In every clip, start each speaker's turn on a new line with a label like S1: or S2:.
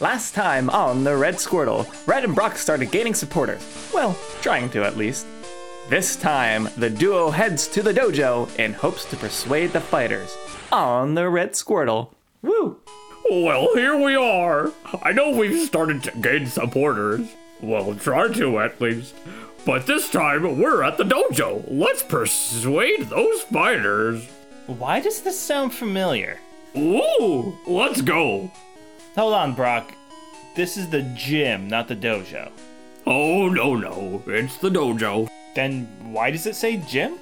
S1: Last time on the Red Squirtle, Red and Brock started gaining supporters. Well, trying to at least. This time, the duo heads to the dojo in hopes to persuade the fighters on the Red Squirtle. Woo!
S2: Well, here we are. I know we've started to gain supporters. Well, try to at least. But this time, we're at the dojo. Let's persuade those fighters.
S3: Why does this sound familiar?
S2: Ooh, let's go.
S3: Hold on, Brock. This is the gym, not the dojo.
S2: Oh, no, no. It's the dojo.
S3: Then why does it say gym?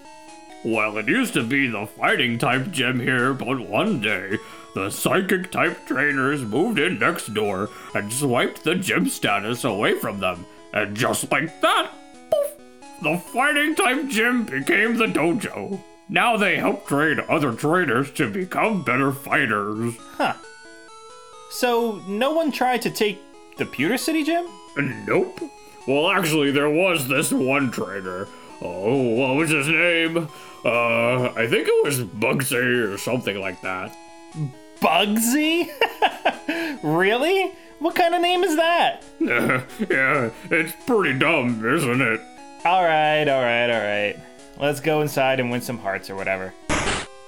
S2: Well, it used to be the fighting type gym here, but one day, the psychic type trainers moved in next door and swiped the gym status away from them. And just like that, poof, the fighting type gym became the dojo. Now they help train other trainers to become better fighters.
S3: So no one tried to take the Pewter City gym?
S2: Nope. Well, actually, there was this one trainer. Oh, what was his name? Uh, I think it was Bugsy or something like that.
S3: Bugsy? really? What kind of name is that?
S2: yeah, it's pretty dumb, isn't it?
S3: All right, all right, all right. Let's go inside and win some hearts or whatever.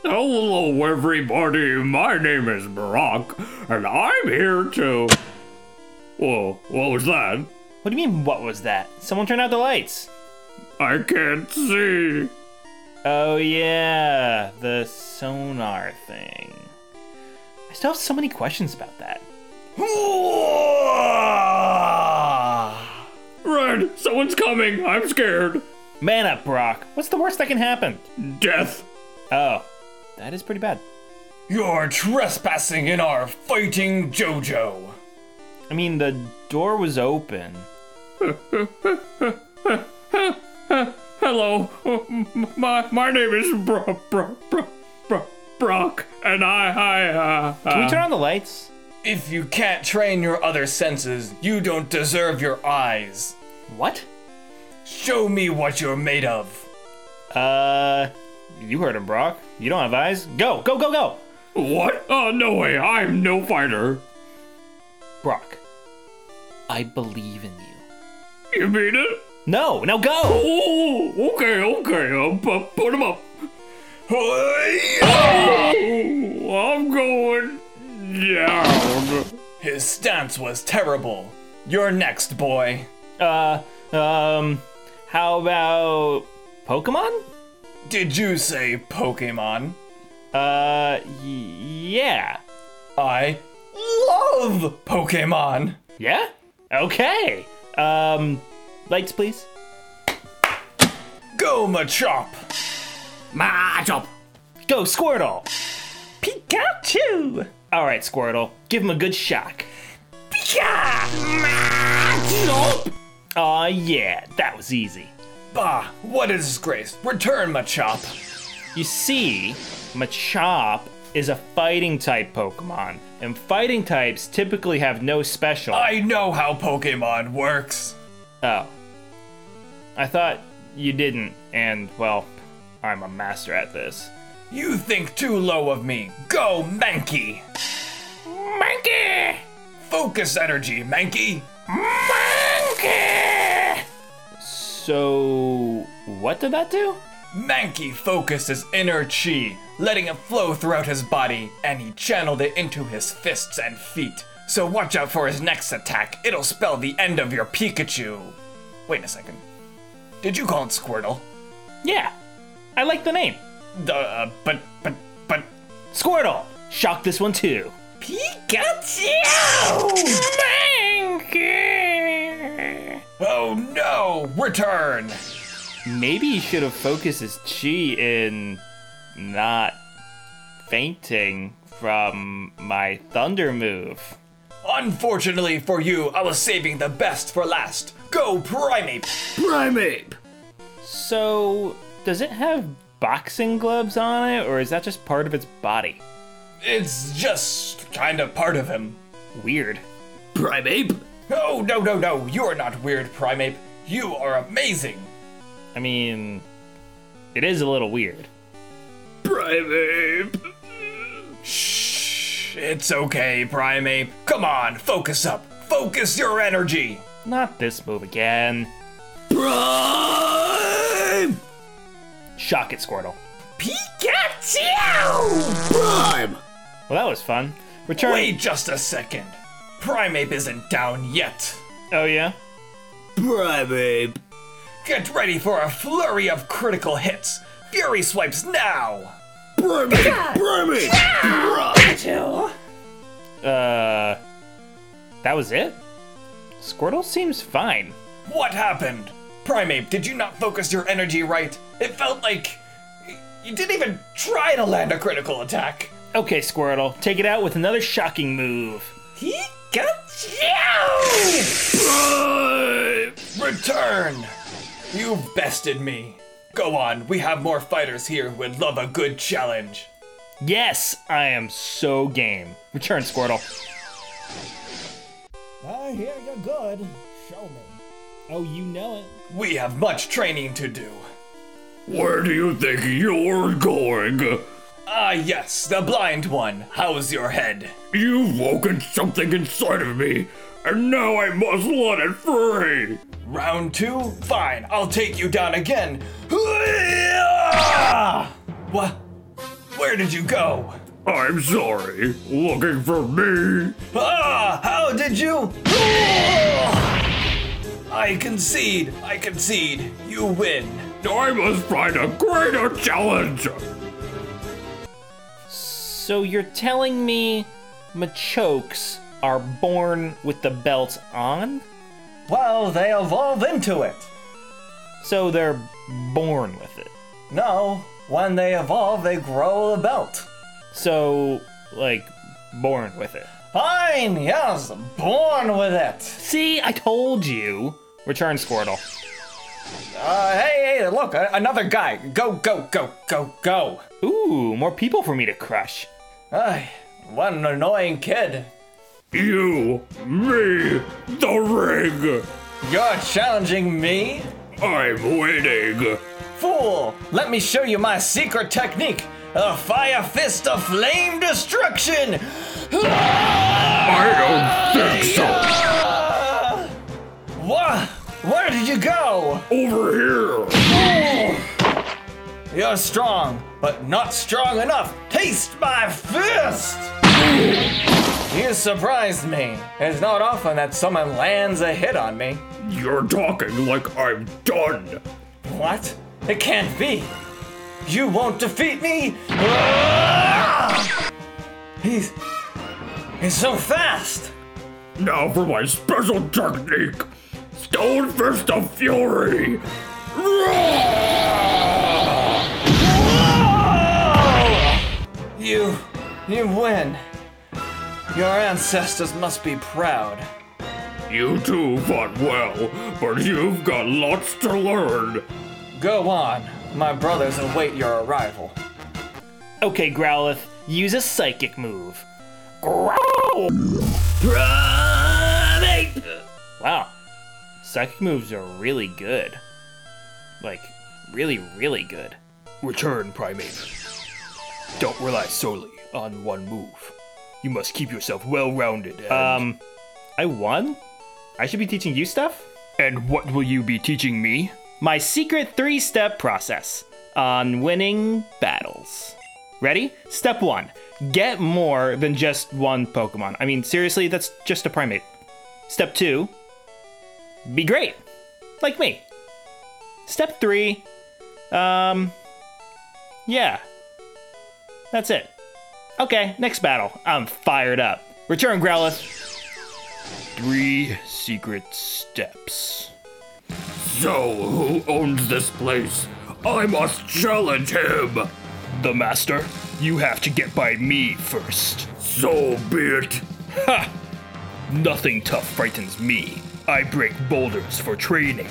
S2: Hello, everybody. My name is Brock, and I'm here to. Whoa, what was that?
S3: What do you mean, what was that? Someone turned out the lights.
S2: I can't see.
S3: Oh, yeah, the sonar thing. I still have so many questions about that.
S2: Red, someone's coming. I'm scared.
S3: Man up, Brock. What's the worst that can happen?
S2: Death.
S3: Oh, that is pretty bad.
S4: You're trespassing in our fighting dojo.
S3: I mean, the door was open.
S2: Hello, uh, my my name is Bro Bro Bro Bro Brock, and I I uh,
S3: Can we turn on the lights?
S4: Um, If you can't train your other senses, you don't deserve your eyes.
S3: What?
S4: Show me what you're made of.
S3: Uh, you heard him, Brock. You don't have eyes. Go, go, go, go!
S2: what? Oh no way! I'm no fighter.
S3: Brock, I believe in you.
S2: You mean it?
S3: No, now go!
S2: Oh, okay, okay. Um, pu- put him up. Oh, I'm going down.
S4: His stance was terrible. You're next, boy.
S3: Uh, um, how about Pokemon?
S4: Did you say Pokemon?
S3: Uh, y- yeah.
S4: I love Pokemon.
S3: Yeah? Okay. Um, lights, please.
S4: Go Machop.
S2: Match up.
S3: Go, Squirtle!
S4: Pikachu.
S3: Alright, Squirtle, give him a good shock.
S4: Match up.
S3: Aw, yeah, that was easy.
S4: Bah, what a disgrace. Return Machop.
S3: You see, Machop is a fighting type Pokemon, and fighting types typically have no special.
S4: I know how Pokemon works.
S3: Oh. I thought you didn't, and well, I'm a master at this.
S4: You think too low of me. Go, Mankey! Mankey! Focus energy, Mankey! Mankey!
S3: So, what did that do?
S4: Mankey focused his inner chi, letting it flow throughout his body, and he channeled it into his fists and feet. So watch out for his next attack. It'll spell the end of your Pikachu. Wait a second. Did you call it Squirtle?
S3: Yeah, I like the name.
S4: Duh, Uh, but, but, but.
S3: Squirtle! Shock this one too.
S4: Pikachu! Mankey! Oh no! Return!
S3: Maybe he should have focused his chi in not fainting from my thunder move.
S4: Unfortunately for you, I was saving the best for last. Go, Primate!
S2: Primate.
S3: So, does it have boxing gloves on it, or is that just part of its body?
S4: It's just kind of part of him.
S3: Weird.
S2: Primate.
S4: No, no, no, no, you are not weird, Primate. You are amazing.
S3: I mean, it is a little weird.
S2: Primate.
S4: Shh. It's okay, Primeape. Come on, focus up. Focus your energy.
S3: Not this move again.
S2: Prime!
S3: Shock it, Squirtle.
S4: Pikachu!
S2: Prime!
S3: Well, that was fun. Return.
S4: Wait just a second. Primeape isn't down yet.
S3: Oh, yeah?
S2: Primeape!
S4: Get ready for a flurry of critical hits. Fury swipes now.
S2: Primeape! Primeape!
S3: Uh. That was it? Squirtle seems fine.
S4: What happened? Primeape, did you not focus your energy right? It felt like you didn't even try to land a critical attack.
S3: Okay, Squirtle, take it out with another shocking move.
S4: He got you!
S2: Prime!
S4: Return! You've bested me. Go on, we have more fighters here who would love a good challenge.
S3: Yes, I am so game. Return, Squirtle.
S5: I hear you're good. Show me. Oh, you know it.
S4: We have much training to do.
S2: Where do you think you're going?
S4: Ah, yes, the blind one. How's your head?
S2: You've woken something inside of me, and now I must let it free!
S4: Round two? Fine, I'll take you down again. What? Where did you go?
S2: I'm sorry, looking for me?
S4: Ah, how did you? Ah! I concede, I concede. You win.
S2: I must find a greater challenge!
S3: So you're telling me Machokes are born with the belt on?
S4: Well, they evolve into it.
S3: So they're born with it.
S4: No, when they evolve, they grow a belt.
S3: So, like, born with it.
S4: Fine, yes, born with it.
S3: See, I told you. Return, Squirtle.
S4: Uh, hey, hey, look, a- another guy. Go, go, go, go, go.
S3: Ooh, more people for me to crush.
S4: Ay, what an annoying kid.
S2: You, me, the
S4: You're challenging me?
S2: ring! I'm waiting!
S4: Fool! Let me show you my secret technique! A fire fist of flame destruction!
S2: I don't think so!
S4: Wha Where did you go?
S2: Over here!
S4: You're strong, but not strong enough! Taste my fist! You surprised me. It's not often that someone lands a hit on me.
S2: You're talking like I'm done!
S4: What? It can't be. You won't defeat me. He's he's so fast.
S2: Now for my special technique! Stone Fist of Fury!
S4: You you win. Your ancestors must be proud.
S2: You two fought well, but you've got lots to learn!
S4: Go on. My brothers await your arrival.
S3: Okay, Growlithe, use a psychic move. Wow. Psychic moves are really good. Like, really, really good.
S6: Return, Primate. Don't rely solely on one move. You must keep yourself well rounded. And,
S3: Um, I won? I should be teaching you stuff?
S6: and what will you be teaching me?
S3: My secret three step process on winning battles. Ready? Step one get more than just one Pokemon. I mean, seriously, that's just a primate. Step two be great, like me. Step three, um, yeah, that's it. Okay, next battle. I'm fired up. Return, Growlithe.
S6: Three secret steps.
S2: So, who owns this place? I must challenge him!
S6: The Master, you have to get by me first.
S2: So be it.
S6: Nothing tough frightens me. I break boulders for training.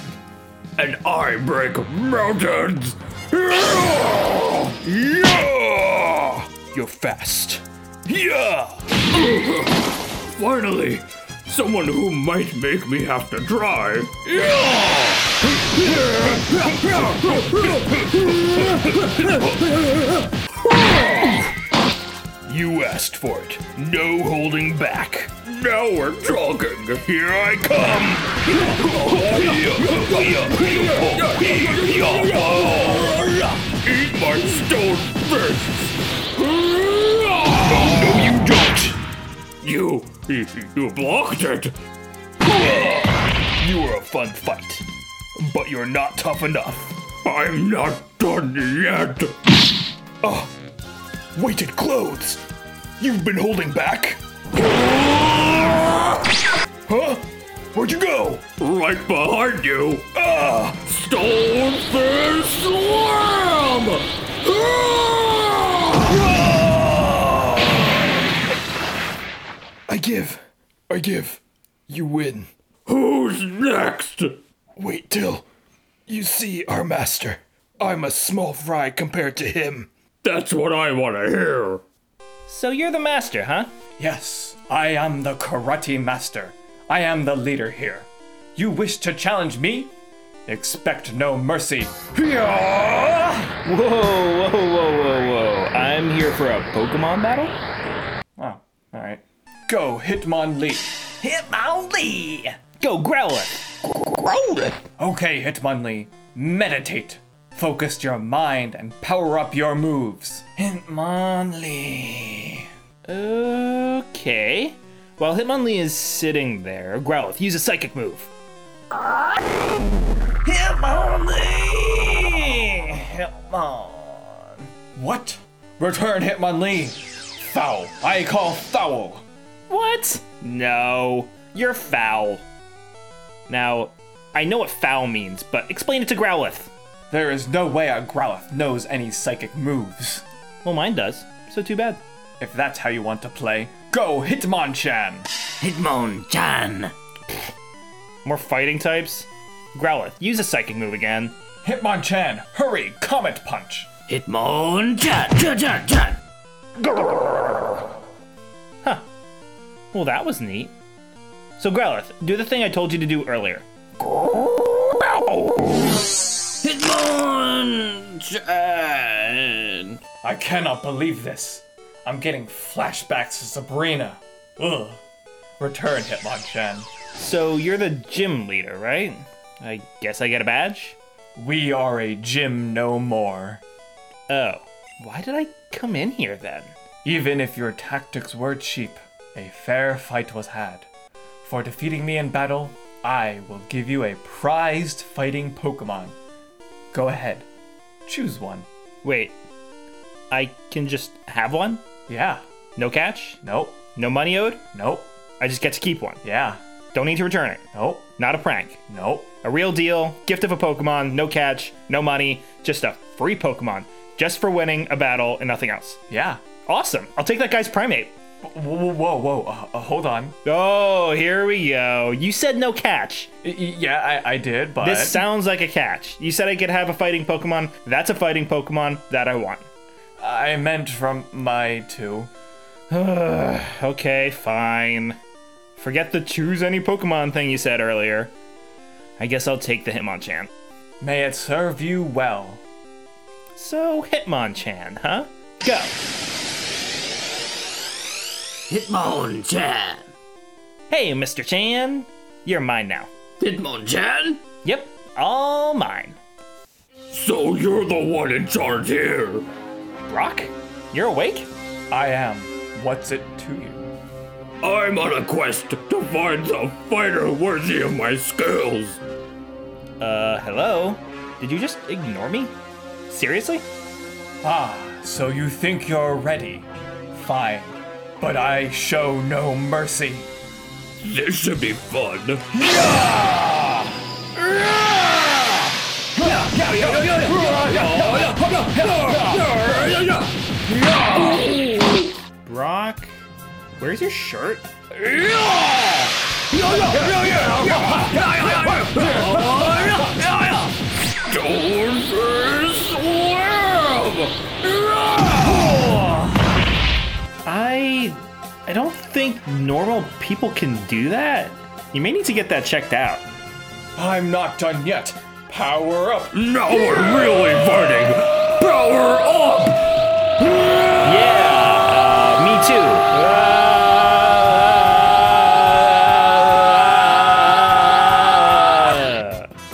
S2: And I break mountains! Yeah! Yeah!
S6: You're fast.
S2: Yeah! Finally, someone who might make me have to try. Yeah!
S4: You asked for it. No holding back. Now we're talking. Here I come. Eat my stone fish. Oh, no, you don't.
S2: You, you, you blocked it.
S4: You were a fun fight, but you're not tough enough.
S2: I'm not done yet.
S4: Ah, Weighted clothes. You've been holding back. Huh? Where'd you go?
S2: Right behind you. Ah, Stonefish Slam! Ah!
S4: I give. I give. You win.
S2: Who's next?
S4: Wait till you see our master. I'm a small fry compared to him.
S2: That's what I want to hear.
S3: So you're the master, huh?
S7: Yes, I am the karate master. I am the leader here. You wish to challenge me? Expect no mercy. Hyah!
S3: Whoa, whoa, whoa, whoa, whoa. I'm here for a Pokemon battle?
S7: Oh, alright. Go, Hitmonlee. Hitmonlee!
S3: Go, Growlithe!
S7: Okay, Hitmonlee, meditate. Focus your mind and power up your moves. Hitmonlee.
S3: Okay. While Hitmonlee is sitting there, Growlithe, use a psychic move.
S7: Hitmonlee! Hitmon. What? Return Hitmonlee. Foul. I call foul.
S3: What? No, you're foul. Now, I know what foul means, but explain it to Growlithe.
S7: There is no way a Growlithe knows any psychic moves.
S3: Well, mine does, so too bad.
S7: If that's how you want to play, go Hitmonchan.
S3: More fighting types? Growlithe, use a psychic move again.
S7: Hitmonchan, hurry, Comet Punch.
S3: Well, that was neat. So, Growlithe, do the thing I told you to do earlier.
S7: I cannot believe this. I'm getting flashbacks to Sabrina. Ugh. Return Hitmonchan.
S3: So, you're the gym leader, right? I guess I get a badge?
S7: We are a gym no more.
S3: Oh. Why did I come in here then?
S7: Even if your tactics were cheap, a fair fight was had. For defeating me in battle, I will give you a prized fighting Pokemon. Go ahead, choose one.
S3: Wait, I can just have one?
S7: Yeah.
S3: No catch?
S7: Nope.
S3: No money owed?
S7: Nope.
S3: I just get to keep one.
S7: Yeah.
S3: Don't need to return it.
S7: Nope.
S3: Not a prank.
S7: Nope.
S3: A real deal, gift of a Pokemon, no catch, no money, just a free Pokemon, just for winning a battle and nothing else.
S7: Yeah.
S3: Awesome. I'll take that guy's primate.
S7: Whoa, whoa, whoa. Uh, uh, hold on.
S3: Oh, here we go. You said no catch.
S7: Y- y- yeah, I, I did, but.
S3: This sounds like a catch. You said I could have a fighting Pokemon. That's a fighting Pokemon that I want.
S7: I meant from my two.
S3: Okay, fine. Forget the choose any Pokemon thing you said earlier. I guess I'll take the Hitmonchan.
S7: May it serve you well.
S3: So, Hitmonchan, huh? Go.
S2: Hitmonchan!
S3: Hey, Mr. Chan. You're mine now.
S2: Hitmonchan?
S3: Yep, all mine.
S2: So you're the one in charge here.
S3: Brock, you're awake?
S7: I am. What's it to you?
S2: I'm on a quest to find the fighter worthy of my skills.
S3: Uh, hello? Did you just ignore me? Seriously?
S7: Ah, so you think you're ready? Fine. But I show no mercy.
S2: This should be fun.
S3: Brock, where's your shirt? I. I don't think normal people can do that. You may need to get that checked out.
S7: I'm not done yet. Power up.
S2: Now we're really fighting. Power up!
S3: Yeah! Uh, me
S8: two.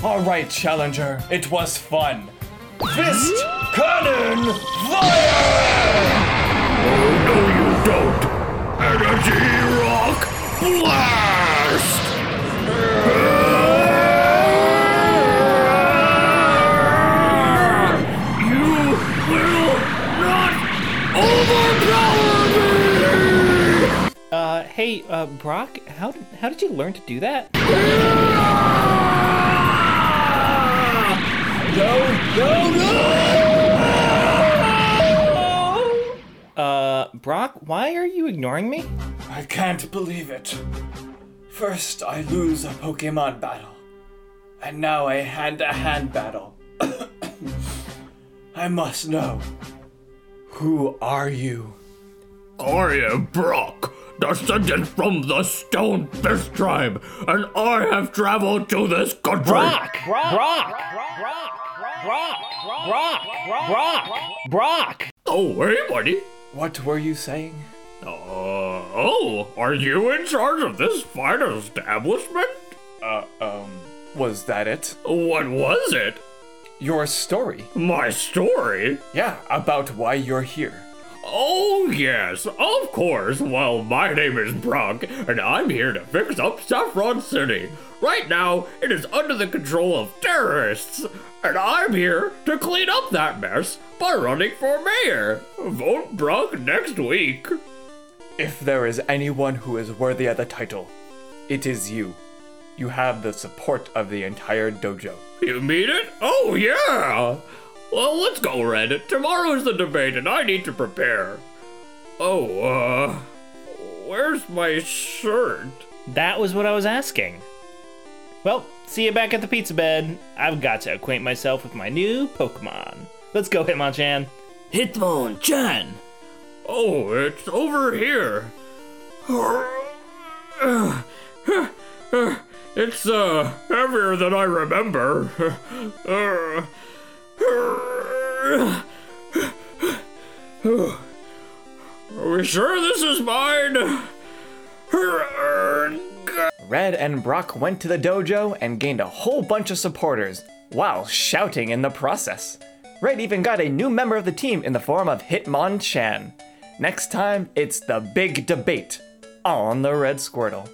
S4: All right, Challenger, it was fun. Fist cannon fire!
S2: No, you don't. Energy rock blast. You will not overpower me.
S3: Uh, hey, uh, Brock, how did how did you learn to do that? Uh, Brock, why are you ignoring me?
S4: I can't believe it. First, I lose a Pokemon battle, and now a hand to hand battle. I must know. Who are you?
S2: I am Brock, descended from the Stone Fish Tribe, and I have traveled to this country.
S3: Brock! Brock! Brock! Brock! Brock! Brock! Brock! Brock!
S2: Oh, hey, buddy.
S4: What were you saying?
S2: Uh, oh, are you in charge of this fine establishment?
S4: Uh, um, was that it?
S2: What was it?
S4: Your story?
S2: My story?
S4: Yeah, about why you're here.
S2: Oh, yes, of course. Well, my name is Brock, and I'm here to fix up Saffron City. Right now, it is under the control of terrorists, and I'm here to clean up that mess by running for mayor. Vote Brock next week.
S4: If there is anyone who is worthy of the title, it is you. You have the support of the entire dojo.
S2: You mean it? Oh, yeah! Well, let's go, Red. Tomorrow is the debate, and I need to prepare. Oh, uh. Where's my shirt?
S3: That was what I was asking. Well, see you back at the pizza bed. I've got to acquaint myself with my new Pokemon. Let's go, Hitmonchan.
S8: Hitmonchan.
S2: Oh, it's over here. It's, uh, heavier than I remember. Are we sure this is mine?
S1: Red and Brock went to the dojo and gained a whole bunch of supporters while shouting in the process. Red even got a new member of the team in the form of Hitmonchan. Next time, it's the big debate on the Red Squirtle.